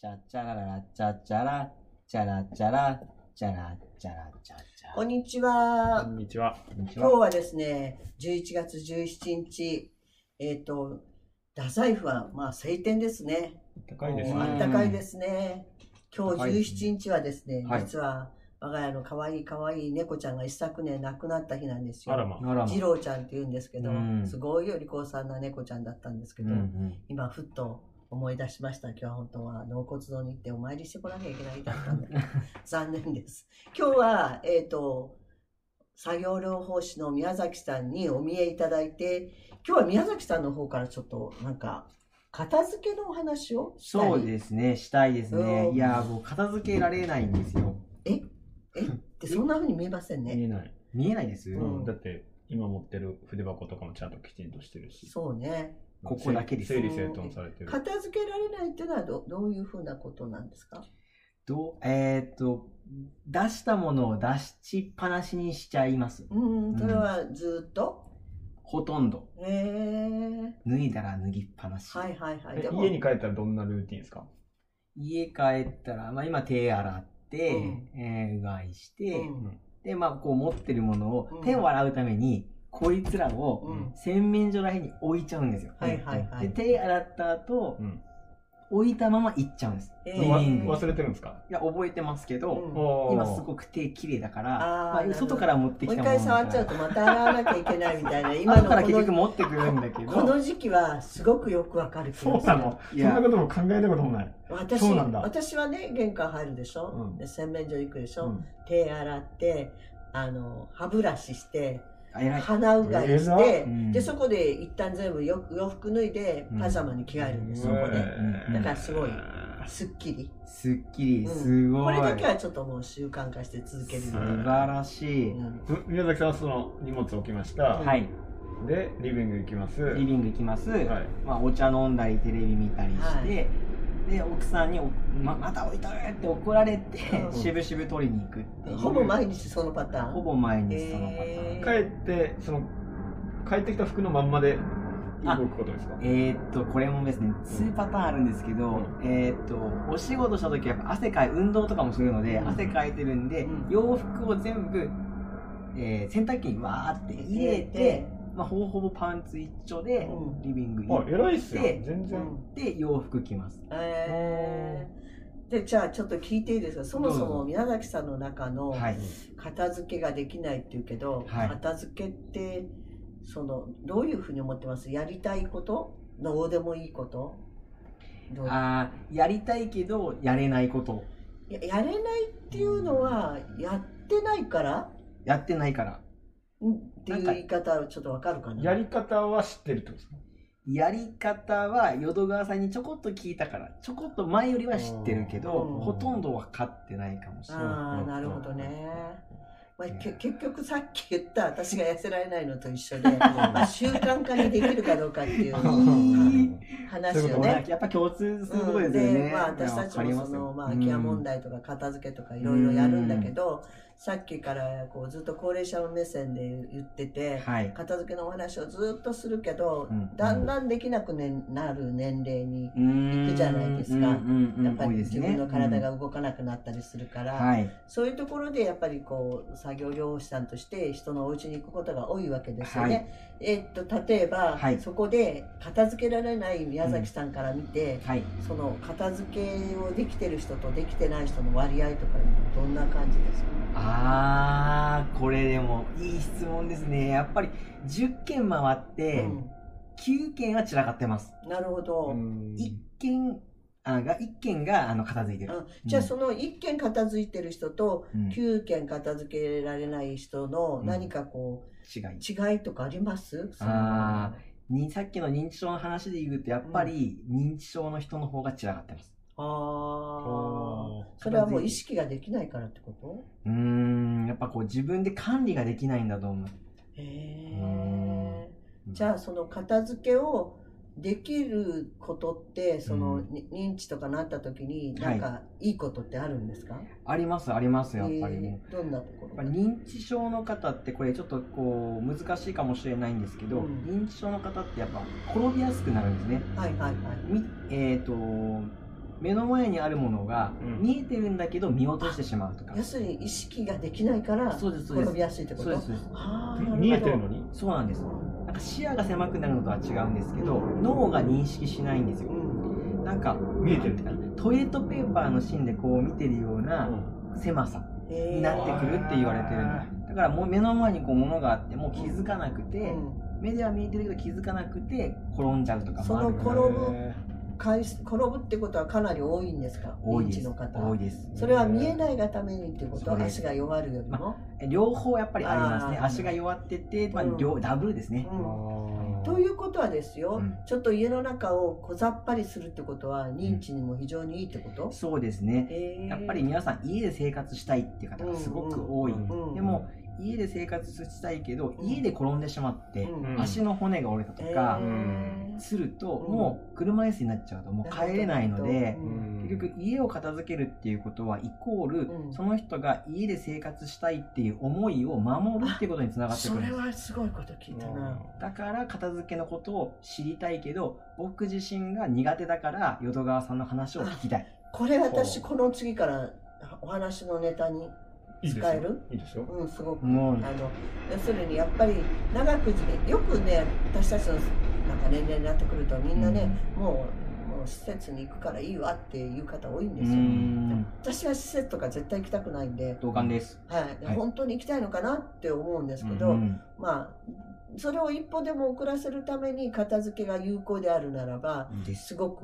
チャチャラララチャチャラチャラチャラチャラチャラチャチャこんにちこは。んにちは。こんにち今日ははですね、11月17日、えっ、と、太宰府は、まあ、晴天ですね。高いですあねったかいですね。今日暖かいですね17日はですね、はい実は、我が家の可愛い可愛い猫ちゃんが一昨年亡くなった日なんですあらよ。ま。あら二郎ちゃんって言うんですけど、うんすごいお利口さんな猫ちゃんだったんですけうんど、うん今、ふっと思い出しました。今日は本当は、納骨堂に行ってお参りしてこなきゃいけない日だったんで。 残念です。今日は、えっ、と、作業療法士の宮崎さんにお見えいただいて、今日は宮崎さんの方からちょっと、なんか、片付けのお話をしたり。そうですねしたいですねうんいやーもう片付けられないんですよでそんな風に見えません見ね。えない。見えないですうんだって、今持ってる筆箱とかもちゃんときちんとしてるし。そうね。ここだけです整理整頓されてる。片付けられないっていうのはど、どういう風なことなんですかどうえーっと出したものを出しっぱなしにしちゃいますうん、それはずっと、ほとんどえー、脱いだら脱ぎっぱなしはいはいはい。えでも家に帰ったらどんなルーティンですか家帰ったらまあ今手洗ってうんえーうがいしてうんでまあこう持ってるものうんを手を洗うためにこいつらをうん洗面所らへんに置いちゃうんですよ。はいはいはでい手洗った後、うん。置いたまま行っちゃうんです。えリビわングに忘れてるんですかいや覚えてますけど、うんおー今すごく手綺麗だから、あーまなるあ、ほど外から持ってもうき一たもの回触っちゃうととまた洗わなきゃいけないみたいな、 今今のかこらの結局持ってくるんだけどこの時期はすごくよくわかる気そがうすなる。のそいんやなことも考えたこともない。私そうなんだ私はね、玄関入るでしょ、うんで洗面所行くでしょ、うん手洗って、あの、歯ブラシして、あ偉い鼻うがいし偉て、いうんで、そこで一旦全部よ洋服脱いでう、んパジャマに着替えるんです、そこで。うんだからすごいうんすっきり。すっきりうんすごこい、れだけはちょっともう習慣化して続けるよ素うに。晴らしい、うんう宮崎さんはその荷物置きました。はいで、リビング行きます。リビング行きます、はい。まあ、お茶飲んだりテレビ見たりして、はいで奥さんにおままた置いとる」って怒られてうんしぶしぶ取りに行くっていうほぼ毎日そのパターン。ほぼ毎日そのパターンえ帰って、その、帰ってきた服のまんまで動くことですかえーっとこれもですね2パターンあるんですけど、うえーっとお仕事した時はやっぱ汗かい運動とかもするので、うん汗かいてるんで、うん洋服を全部、えー洗濯機にわーって入れて、、まあ、ほぼほぼパンツ一丁でうんリビング行あっ、偉いっすよ。で全う然。んて洋服着ますえーでじゃあちょっと聞いていいですかそもそどうもぞ宮崎さんの中のはい片付けができないっていうけど、はい片付けってそのどういうふうに思ってますやりたいことどうでもいいことどうやあーやりたいけどやれないことやれないっていうのはやってないからやってないからんっていう言い方はちょっとわかるかなやり方は知ってるってことですかやり方は淀川さんにちょこっと聞いたからちょこっと前よりは知ってるけどうんほとんど分かってないかもしれないああなるほどね、まあ、け結局さっき言った私 が痩せられないのと一緒で、まあ、習慣化にできるかどうかっていう うん話をそねういね、やっぱ共通するとこうでんすよね。でまあ、私たちもその、まあ、空き家問題題とか片付けとかいろいろやるんだけど、さっきからこうずっと高齢者の目線で言ってて、はい。片付けのお話をずっとするけど、うんだんだんできなく、ね、なる年齢に、行くじゃないですかやっぱり自分の体うんが動かなくなったりするから、はい。そういうところでやっぱりこう作業療法士さんとして人のお家に行くことが多いわけですよね。えっと例えば、はいそこで片付けられない宮崎さんから見て、はい。その片付けをできてる人とできてない人の割合とかどんな感じですかあー、これでもいい質問ですね。やっぱり10件回って、う9件は散らかってます。ん、なるほど、 1件あが、1件があの片付いてる。あじゃあその1件片付いてる人とうん違9件片付けられない人のうん何かこ。いう違いとかあります、そのあにさっきの認知症の話で言うと、やっぱり認知症の人の方が散らかってます。あーそれはもう意識ができないからってことうーん、やっぱこう自分で管理ができないんだと思う。へうえじゃあその片付けをできることってその、うんに認知とかなった時にはないんかいいことってあるんですか、ありますありますやっぱりえーね、どんなところやっぱ認知症の方ってこれちょっとこう難しいかもしれないんですけど、うん認知症の方ってやっぱ転びやすくなるんですねはいはいはいみえっ、と目の前にあるものがうん見えてるんだけど見落としてしまうとか、要するに意識ができないからそうですそうです転びやすいってことそうですそうですあーなるほど見えてるのにそうなんですなんか視野が狭くなるのとは違うんですけどうん脳が認識しないんですうよんなんか見えてるなんいうかなトイレットペーパーの芯でこう見てるような狭さえーになってくるって言われてるんだだからもう目の前にこう物があってもう気づかなくてうん目では見えてるけど気づかなくて転んじゃうとかもあるそのから頃回数転ぶってことはかなり多いんですか多い認で知すの方多いですそれは見えないがためにってことそうです足が弱るよりも、両方やっぱりありますねあー足が弱ってて、まあうん両ダブルですね、うんあーということはですよ、うんちょっと家の中を小ざっぱりするってことは認知にも非常にいいってこと、そうですねへーやっぱり皆さん家で生活したいっていう方がすごく多い、うんうんでも家で生活したいけどうん家で転んでしまって、うん足の骨が折れたとか、すると、うんもう車椅子になっちゃうともう帰れないので、うん結局家を片付けるっていうことはイコール、うんその人が家で生活したいっていう思いを守るっていうことにつながってくるそんれですはすごいこと聞いたな、だから片付けのことを知りたいけど僕自身が苦手だから淀川さんの話を聞きたいこれ私ほこの次からお話のネタにいいですよ使えるいいですようんすごく、もうあの要するにやっぱり長くよくね私たちのなんか年齢になってくるとみんなね、もうもう施設に行くからいいわっていう方多いんうですよ、ん私は施設とか絶対行きたくないんで、同感ですはいはい本当に行きたいのかなって思うんですけど、うんまあそれを一歩でも遅らせるために片付けが有効であるならばですすごく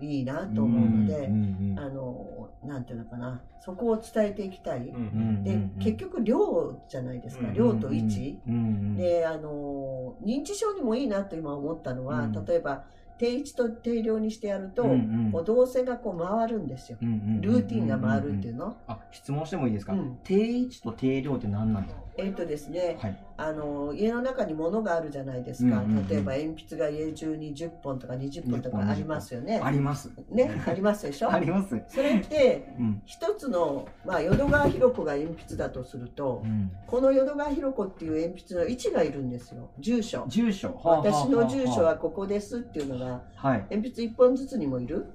いいなと思うので、んあのなんていうのかなそこを伝えていきたい、うんううんんで、うん結局量じゃないですか、うん量と位置、うんうんであの認知症にもいいなと今思ったのは、うん例えば定位置と定量にしてやると、うんうこうん動線がこう回るんですようんうんルーティンが回るっていうの、あ質問してもいいですか、うん定位置と定量って何なんですかえっとですね、はいあの家の中に物があるじゃないですか、うんうんうん例えば鉛筆が家中に10本とか20本とかありますよね。ありますねありますでしょありますうそれってん一つの、まあ、淀川広子が鉛筆だとすると、うんこの淀川広子っていう鉛筆の位置がいるんですよ住所。住所はあはあ私の住所ははここですっていうのがあはい鉛筆1本ずつにもいる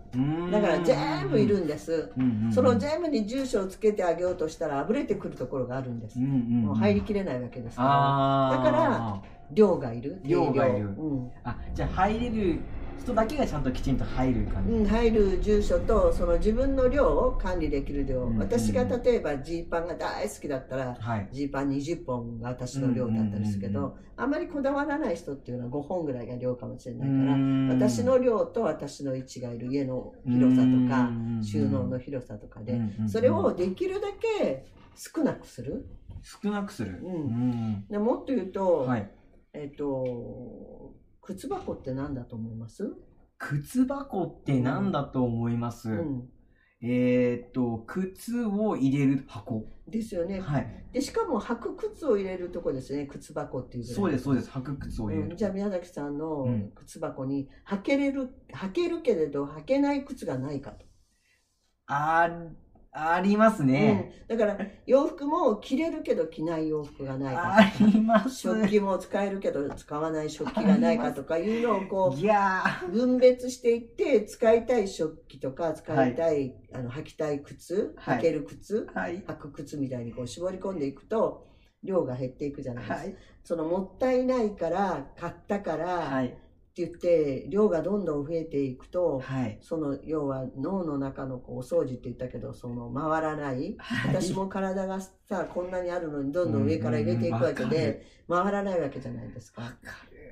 だから全部いるんですうんうんうんその全部に住所をつけてあげようとしたらあぶれてくるところがあるんですうんうんもう入りきれないわけですからあーだから量がいる量がいるうんあじゃあ入れる人だけがちゃんときちんと入る感じ、うん、入る住所とその自分の量を管理できる量、うん私が例えばジーパンが大好きだったらはいジーパン20本が私の量だったりするけど、うんうんあまりこだわらない人っていうのは5本ぐらいが量かもしれうないから、ん私の量と私の位置がいる家の広さとか、収納の広さとかで、うんうんうんそれをできるだけ少なくする。少なくするうんんでもっと言うと、はいえっ、と靴箱って何だと思います？靴箱って何だと思います、うん、えーっと靴を入れる箱ですよね。はいでしかも履く靴を入れるとこですね靴箱っていうぐらいそうですそうです履く靴を入れうんるじゃあ宮崎さんのうん靴箱に履けれる履けるけれど履けない靴がないかと、あありますね、うんだから洋服も着れるけど着ない洋服がないかあります食器も使えるけど使わない食器がないかとかいうのをこいやーう分別していって使いたい食器とか使いたい、あの履きたい靴はい履ける靴、はい履く靴みたいにこう絞り込んでいくと量が減っていくじゃないですか。はいそのもったいないから買ったから、はいって言って量がどんどん増えていくと、はいその要は脳の中のこうお掃除って言ったけどその回らない、私も体がさこんなにあるのにどんどん上から入れていくわけうんうんわかで、回らないわけじゃないですか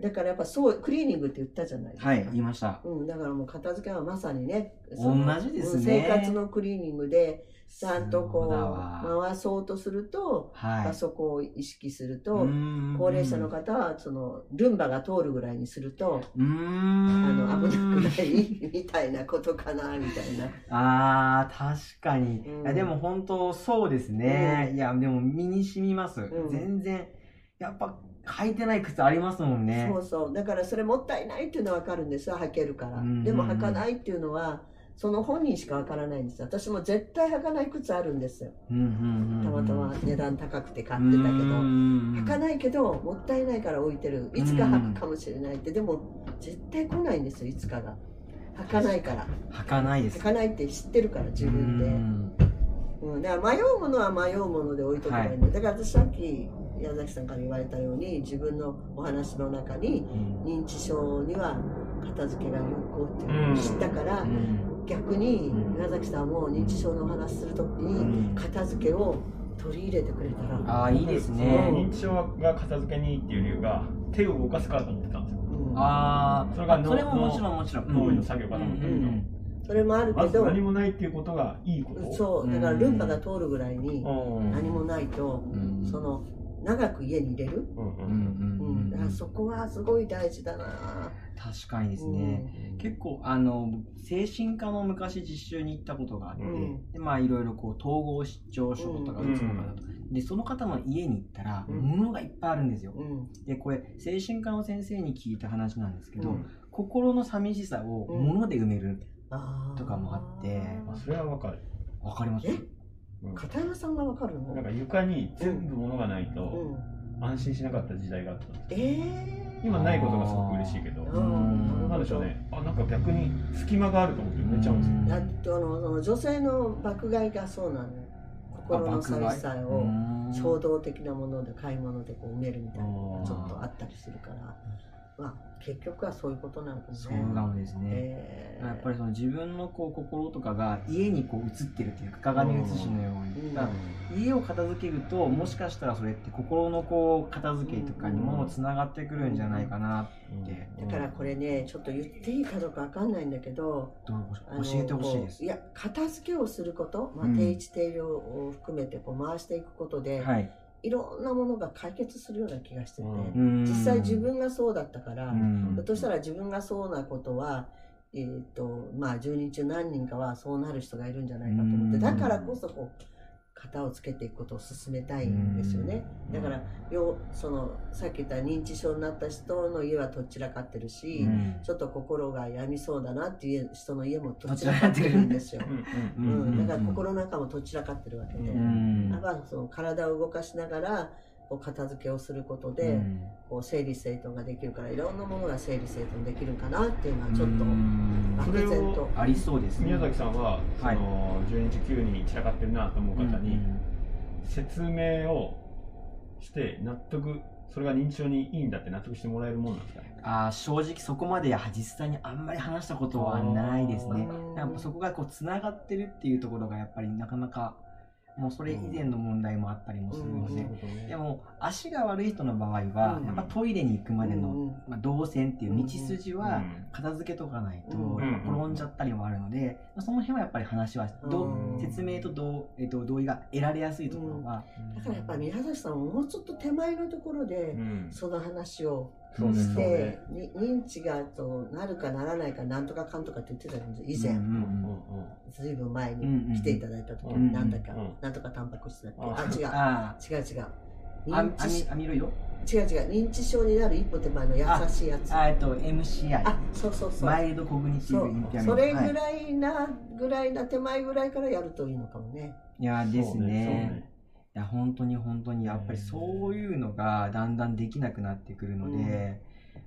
だからやっぱそうクリーニングって言ったじゃないですか、はい言いましたうん、だからもう片付けはまさにね同じですねうん生活のクリーニングでちゃんとこそうだうわ回そうとすると、はいあそこを意識すると、高高齢者の方はそのルンバが通るぐらいにすると、うーあんの危なくない みたいなことかなみたいな。あー確かに、うんいやでも本当そうですね、ういやでも身に染みます、ん全然やっぱ履いてない靴ありますもんねそうそうだからそれもったいないっていうのは分かるんですよ履けるから、うんうんうんでも履かないっていうのはその本人しか分からないんですよ私も絶対履かない靴あるんですようんうんうんうんたまたま値段高くて買っうんてうたけど、んうん履かないけどもったいないから置いてるいつか履くかもしれないって、でも絶対来ないんですよいつかが履かないから履かないです履かないって知ってるから自分で、でうん、だから迷うものは迷うもので置いとけばいいんで、だから私さっき矢崎さんから言われたように自分のお話の中に認知症には片付けが有効っていうのを知ったから、逆にうん矢崎さんも認知症のお話する時に片付けを取り入れてくれたら、ああいいですそのね認知症が片付けにいいっていう理由が手を動かすからと思ってたんですよ、うんああそれがのそれももちろんもちろん脳うんの作業かうとんう思ったけど、んそれもあるけまずど、何もないっていうことがいいことそうだからルンバが通るぐらいにうん何もないと、うんその長く家に入れる、うんううんんうんう、うんんだからそこはすごい大事だな確かにですね結構あの精神科の昔実習に行ったことがあってうんうんでまあいろいろこう統合失調症とかうんうつとかだと、でその方の家に行ったらうん物がいっぱいあるんですよ、うんでこれ精神科の先生に聞いた話なんですけど、うん心の寂しさを物で埋めるあーとかもあってまあ、それはわかる、わ、かりますえうん片山さんがわかるのなんか床に全部物がないとうん、安心しなかった時代があったんですよええ今ないことがすごく嬉しいけどー、うんなんでしょうねあなんか逆に隙間があると思って埋めちゃうんですよだってあのその女性の爆買いがそうなの心の寂しさを衝動的なもので買い物でこう埋めるみたいなのがちょっとあったりするから、まあ、結局はそういうことなのかもね。そうなのですね、えーやっぱりその自分のこう心とかが家にこう映ってるっていうか鏡写しのように、うんだから家を片付けるともしかしたらそれって心のこう片付けとかにもつながってくるんじゃないかなって、だからこれねちょっと言っていいかどうかわかんないんだけどどうあの教えてほしいでこすういや片付けをすること、まあうん定位置定量を含めてこう回していくことで、はい、いろんなものが解決するような気がしてて、うん実実際自分がそうだったから、うんひょっとしたら自分がそうなことは、えーとまあ、10人中何人かはそうなる人がいるんじゃないかと思って、うんだからこそこう型をつけていくことを進めたいんですよね、だからよそのさっき言った認知症になった人の家はどちらかってるし、うんちょっと心が病みそうだなっていう人の家もどちらかってるんですよ、うんう、うんんだから心の中もどちらかってるわけで、ううんんやっぱその体を動かしながらこう片付けをすることで、うんこう整理整頓ができるからいろんなものが整理整頓できるかなっていうのはちょっとうんあ漠然とありそうですね宮崎さんは、その12日9に散らかってるなと思う方に説明をして納得それが認知症にいいんだって納得してもらえるもんなんですかねあー正直そこまで実際にあんまり話したことはないですねうんやっぱそこがこうつながってるっていうところがやっぱりなかなかもうそれ以前の問題もあったりもするのうんで、でねも足が悪い人の場合は、うんやっぱトイレに行くまでの、うんまあ、動線っていう道筋はうん片付けとかないと、うんやっぱ転んじゃったりもあるので、まあその辺はやっぱり話はどううん説明と同,、えっと同意が得られやすいところが、だからやっぱ宮崎さんはもうちょっと手前のところでうんその話をそうねしそうねて、に認知がとなるかならないかなんとかかんとかって言ってたんです以前、うんうんうんうんうんずいぶん前うんうにん来ていただいた時うにんなんだか、うんなんとかタンパク質だっけああ違うあ違う違うーあ認知しあみ網色違う違う認知症になる一歩手前の優しいやつああーえっと MCI そうそうそうマイルドコグニティブそイうンペアメントそれぐはらいな、ぐらいな手前ぐらいからやるといいのかもね。い、いやーですそうねねいや本当に本当にやっぱりそういうのがだんだんできなくなってくるのうんで、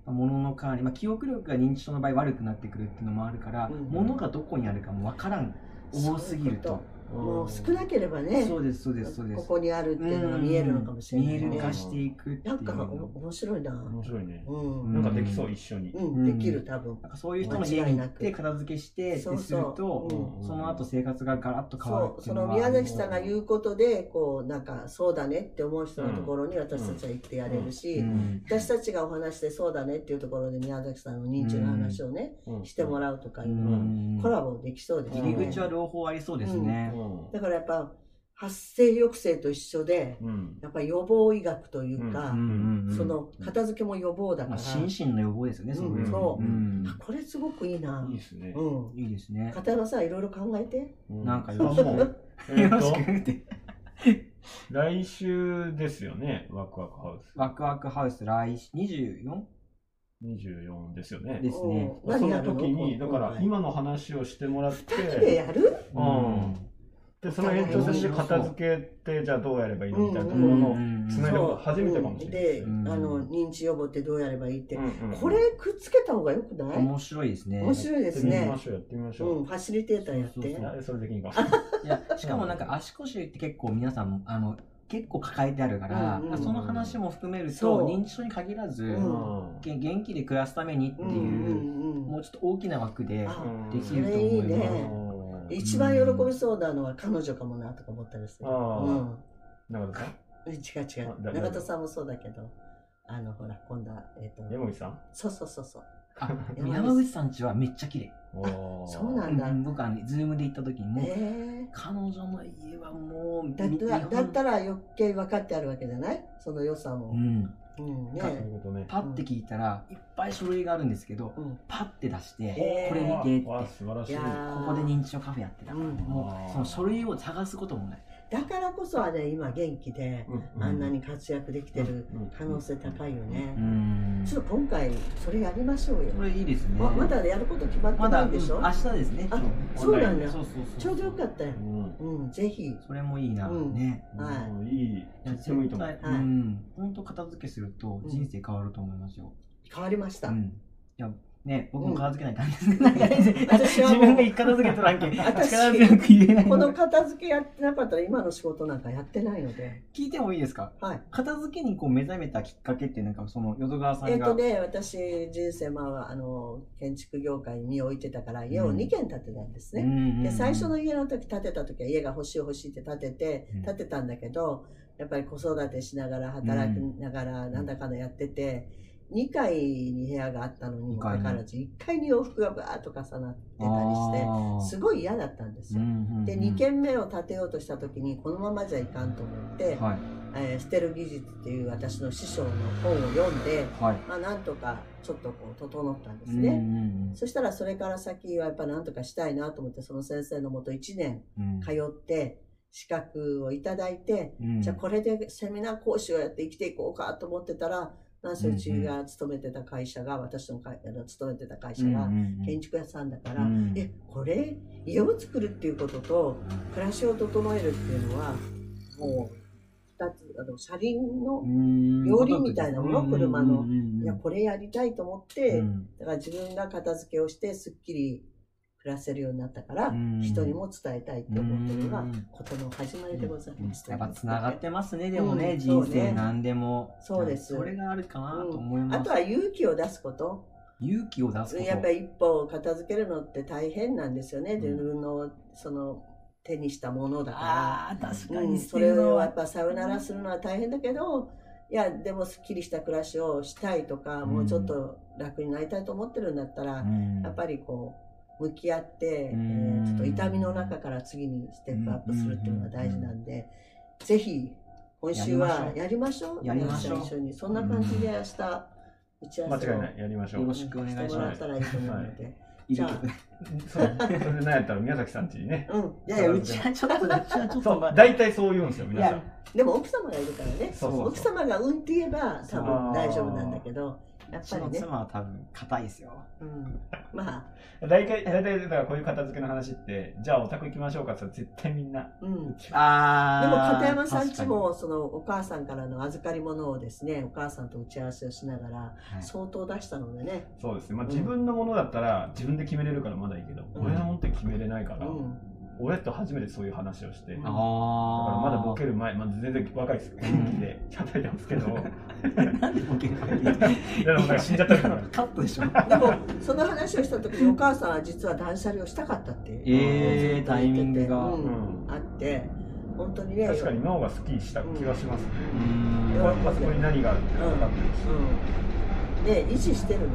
まあ物の管理、まあ、記憶力が認知症の場合悪くなってくるっていうのもあるから、うん物がどこにあるかもわからん多すぎるとそうねもう少なければね、そうですそうですそうですここにあるっていうのが見えるのかもしれない、ね。うん見える化していくっていなうんかお面白いな。面白いねうん、ううんん、なんかできそう一緒にできる多分。なんかそういう人の家に行って片付けしてってすそうるそうとうんその後生活がガラッと変わるそっう、ていそうののは宮崎さんが言うことで、こう、なんか、そうだねって思う人のところに私たちは行ってやれるし、うん私たちがお話してそうだねっていうところで宮崎さんの認知の話をね、してもららうとかいううのは、んコラボできそうです入り口は両方ありそうですね、だからやっぱ、発生抑制と一緒で、うんやっぱり予防医学というか、うんうんうんその片付けも予防だかまら、あ、心身の予防ですよね、そうんそううんあこれすごくいいな。いいですねうん。いいですね片山さんいろいろ考えて。うなんかそれはもうえよーろとしくって来週ですよね、ワクワクハウス。ワクワクハウス来週 24? 24ですよねで。すねうん何そやのるの時に、だから今今の話をしてもらっ回でて、やるうんで、その延長線して片付けって、じゃあどうやればいいのみたいなところうの、んつながるの初めてかもしれないで、うんあの認知予防ってどうやればいいって、うんうんこれくっつけた方がよくない面白いですね。面白いですやってねみま。しょう、やってみましうょん、ファシリテーターやって。そうう。いやそれできんか。いやしかもなんか足腰って結構皆さんあの結構抱えてあるから、うんうんうんその話も含めるそとう認知症に限らず、うんげ元気で暮らすためにってういんうう、んうんもうちょっと大きな枠であできそるとれいい思います。ね。一番喜びそうなのは彼女かもなとか思ったりする。あうーん中田さん違う違あう。だ永田さんもそうだけど、あの、ほら、今度は、えっ、と、山口さんそうそうそうそう。あ山口さんちはめっちゃ綺麗。そうなうんだ。ん、僕あのズームで行った時にも、え彼女の家はもうーだっみた日ら、本だったら余計分かってあるわけじゃないその良さうも。ん、うん、そういね。うことね。パッて聞いたら、いっぱい書類があるんですけど、うんパッて出して、へーこれ見てってわあ素晴らしいいや。ーここで認知症カフェやってたから、うんもうその書類を探すこともない。だからこそはね、今元気で、うあんなに活躍できてる可能性高いよね。んちょっと今回、それやりましょうよ。これいいですね。ままだやること決まってまなだいんでしょ、うん明日ですね。あ今日そうなんだそうそうそう。ちょうどよかったよう。んうん、ぜひ。それもいいな、うんね。はいうんいい。とってもいいと思やう絶。対うん。本当片付けすると人生変わると思いますよ。変わりましうた。ん。いやね僕も片付けないとダメですね。なんか私はもう自分が一片付けとらん けん。私力強く言えない。この片付けやってなかったら今の仕事なんかやってないので。聞いてもいいですか。はい。片付けにこう目覚めたきっかけってなんかその淀川さえんっが。とね、私、人生、まあ、あの、建築業界に身を置いてたから、家をうん2軒建てたんですうんね。うんうんで、最初の家の時建てた時は、家が欲しい欲しいって建ててうん、建てたんだけど、やっぱり子育てしながら、働きながら、んなんだかんだやってて、2階に部屋があったのにもかかわらず、1階に洋服がバーッと重なってたりして、すごい嫌だったんですよ。で、2件軒目を建てようとした時に、このままじゃいかんと思って、はいえー捨てる技術っていう私の師匠の本を読んで、はいまあ、なんとかちょっとこう整ったんでうすんうんね、そしたらそれから先はやっぱなんとかしたいなと思ってその先生のもと1年うん通って資格をいただいて、うんじゃあこれでセミナー講師をやって生きていこうかと思ってたらなんせうちが勤めてた会社が私の会あの勤めてた会社が建築屋さんだから、うんえこれ家を作るっていうことと暮らしを整えるっていうのはもう2つあの車輪の、料理みたいなもの車のいやこれやりたいと思って、だから自分が片付けをしてすっきり暮らせるようになったから、人にも伝えたいって思ってるのがことの始まりでございます、やっぱつながってますねでもうねん人そうね生なんでもそうですそれがあるかなと思いあまとすは勇気を出すこと勇気を出すことやっぱり一歩を片付けるのって大変なんですよね、うん自分のその手にしたものだからああ確かうにん、捨そてれるのをはやっぱさよならするのは大変だけどいやでもすっきりした暮らしをしたいとか、うんもうちょっと楽になりたいと思ってるんだったら、うんやっぱりこう向き合って、うんえーちょっと痛みの中から次にステップアップするっていうのが大事なんで、ぜひ今週はやりましょうやりましょう皆さん一緒にそんな感じで明日打ち合間わせを違いない、やりましょよろう。ししくてお願いしますもらったらいいと思うので、いるけどそうそれでなんやったら宮崎さんちにね。うんいやいやうちはちょっとうちはちょっそとう、大体そう言うんですよ、皆さいん。でも奥様がいるからねそうそう奥そう。様がうんって言えば多分大丈夫なんだけどやっぱそりのね、妻は多分硬いですようん、まあ大体、大体、だからこういう片付けの話って、じゃあお宅行きましょうかって言ったら絶対みんな。うんあであも片山さんちもそのお母さんからの預かり物をですねお母さんと打ち合わせをしながら相当出したのでね、そうですね。まあうん自分のものだったら自分で決めれるからまだいいけど、うん親のものって決めれないから、うん、親と初めてそういう話をして、うんだかあらあまだボケる前、まあ、全然若いですよ。元気で叩いてますけど、いなんでボケるやでもなんか死んじゃったから。カットでしょでもその話をした時にお母さんは実は断捨離をしたかったっていうえーずっと言っててタイミングがううんんあって本当にね確かに脳がスッキリした気がしますね。うんやっぱそこに何があるっていうのが分かってるし。うんで維持してるの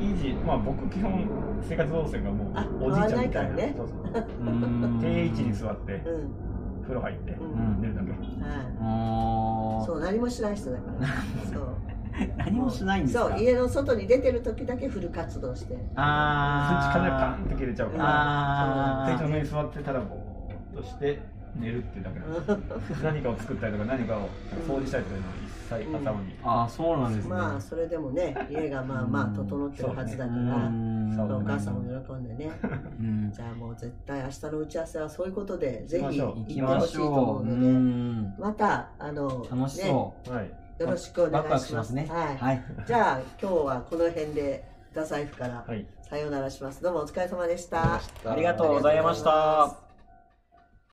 維持、まあ僕基本生活動線がもあうおじいちゃんみた変わらないいからな。ねそうそううん定位置に座ってう、ん風呂入って、うん、寝るだけ。はあいーそう何もしない人だ からそう何もしないんですかそう家の外に出てる時だけフル活動してスイッチ金がパあンって切れちゃうから、あ適当に座ってただぼーっとして、寝るってだけなんです何かを作ったりとか何かを掃除したりとかいうのは一切頭にああ、そうなんですね。まあそれでもね家がまあまあ整ってるはずだかうら、んそうお母さんも喜んでねうんじゃあもう絶対明日の打ち合わせはそういうことでぜひ行行ってきほましいしと思ょうう。ので、うんまたあの、楽しね、よそはいろしくおう。ワク願ワクいししまますすね。はい、はい。じゃあ今日はこの辺で太宰府からはいさようならしますどうもお疲れ様でした、ありがとうございました。